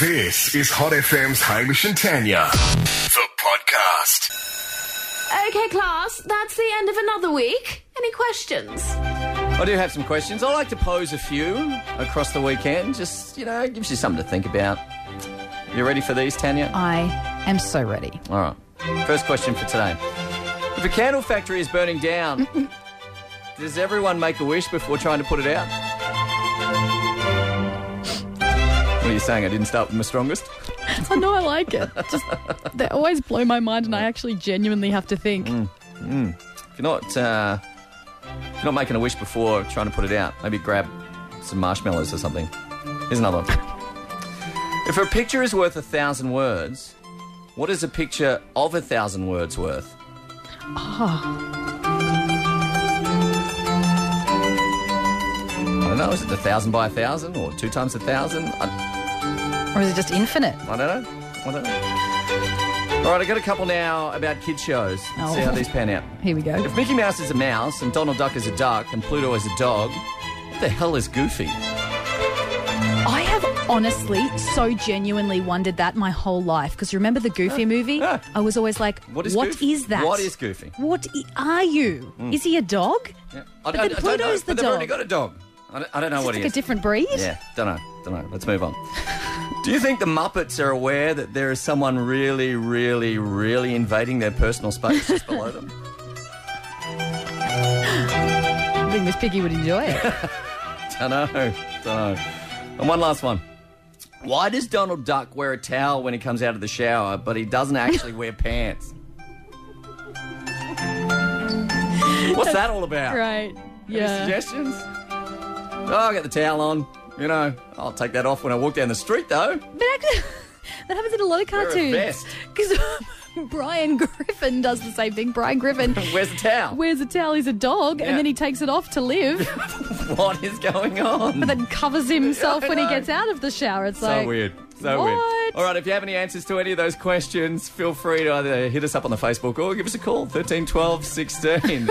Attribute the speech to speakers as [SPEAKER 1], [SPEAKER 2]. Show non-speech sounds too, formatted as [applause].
[SPEAKER 1] This is Hot FM's Hamish and Tanya, the podcast.
[SPEAKER 2] Okay, class, that's the end of another week. Any questions?
[SPEAKER 3] I do have some questions. I like to pose a few across the weekend. Just, you know, gives you something to think about. You ready for these, Tanya?
[SPEAKER 4] I am so ready.
[SPEAKER 3] All right. First question for today. If a candle factory is burning down, does everyone make a wish before trying to put it out? What are you saying? I didn't start with my strongest?
[SPEAKER 5] [laughs] I know I like it. Just, they always blow my mind, and I actually genuinely have to think.
[SPEAKER 4] Mm.
[SPEAKER 3] If you're not, uh, if you're not making a wish before trying to put it out, maybe grab some marshmallows or something. Here's another one. if a picture is worth a thousand words, what is a picture of a thousand words worth? I don't know. Is it a thousand by a thousand or two times a thousand? I,
[SPEAKER 4] Or is it just infinite?
[SPEAKER 3] I don't know. I don't know. All right, I got a couple now about kid shows. Let's
[SPEAKER 4] Oh.
[SPEAKER 3] See how these pan out.
[SPEAKER 4] Here we go.
[SPEAKER 3] If Mickey Mouse is a mouse and Donald Duck is a duck and Pluto is a dog, what the hell is Goofy?
[SPEAKER 4] I have honestly so genuinely wondered that my whole life because remember
[SPEAKER 5] [laughs]
[SPEAKER 4] the Goofy movie?
[SPEAKER 3] yeah.
[SPEAKER 4] I was always like,
[SPEAKER 3] What is Goofy?
[SPEAKER 4] that?
[SPEAKER 3] What is Goofy? Mm.
[SPEAKER 4] What i- are you? Is he a dog? But then Pluto's
[SPEAKER 3] but
[SPEAKER 4] the
[SPEAKER 3] they've already
[SPEAKER 4] dog.
[SPEAKER 3] got a dog. I don't, I don't know
[SPEAKER 4] It's
[SPEAKER 3] what he
[SPEAKER 4] like a
[SPEAKER 3] is.
[SPEAKER 4] different breed.
[SPEAKER 3] yeah, don't know, don't know. Let's move on. Do you think the Muppets are aware that there is someone really, really, really invading their personal space just below them?
[SPEAKER 4] [laughs] I think Miss Piggy would enjoy it.
[SPEAKER 3] Don't know, don't know. And one last one. Why does Donald Duck wear a towel when he comes out of the shower, but he doesn't actually wear
[SPEAKER 4] [laughs]
[SPEAKER 3] pants? What's that all about?
[SPEAKER 5] [laughs] Right?
[SPEAKER 3] Any
[SPEAKER 5] Yeah.
[SPEAKER 3] suggestions? Oh, I got the towel on. You know, I'll take that off when I walk down the street, though.
[SPEAKER 4] But actually, [laughs] that happens in a lot of
[SPEAKER 3] a
[SPEAKER 4] cartoons.
[SPEAKER 3] vest.
[SPEAKER 4] Because [laughs] Brian Griffin does the same thing.
[SPEAKER 3] [laughs]
[SPEAKER 4] Brian Griffin
[SPEAKER 3] Where's the towel?
[SPEAKER 5] Wears a towel. He's a dog,
[SPEAKER 3] Yeah.
[SPEAKER 5] and then he takes it off to
[SPEAKER 3] [laughs]
[SPEAKER 5] live,
[SPEAKER 3] What is going on?
[SPEAKER 5] but then covers himself
[SPEAKER 3] I
[SPEAKER 5] when he
[SPEAKER 3] know.
[SPEAKER 5] gets out of the shower. It's like
[SPEAKER 3] so weird. So weird.
[SPEAKER 5] what?
[SPEAKER 3] All right, if you have any answers to any of those questions, feel free to either hit us up on the Facebook or give us a call 13 12 16.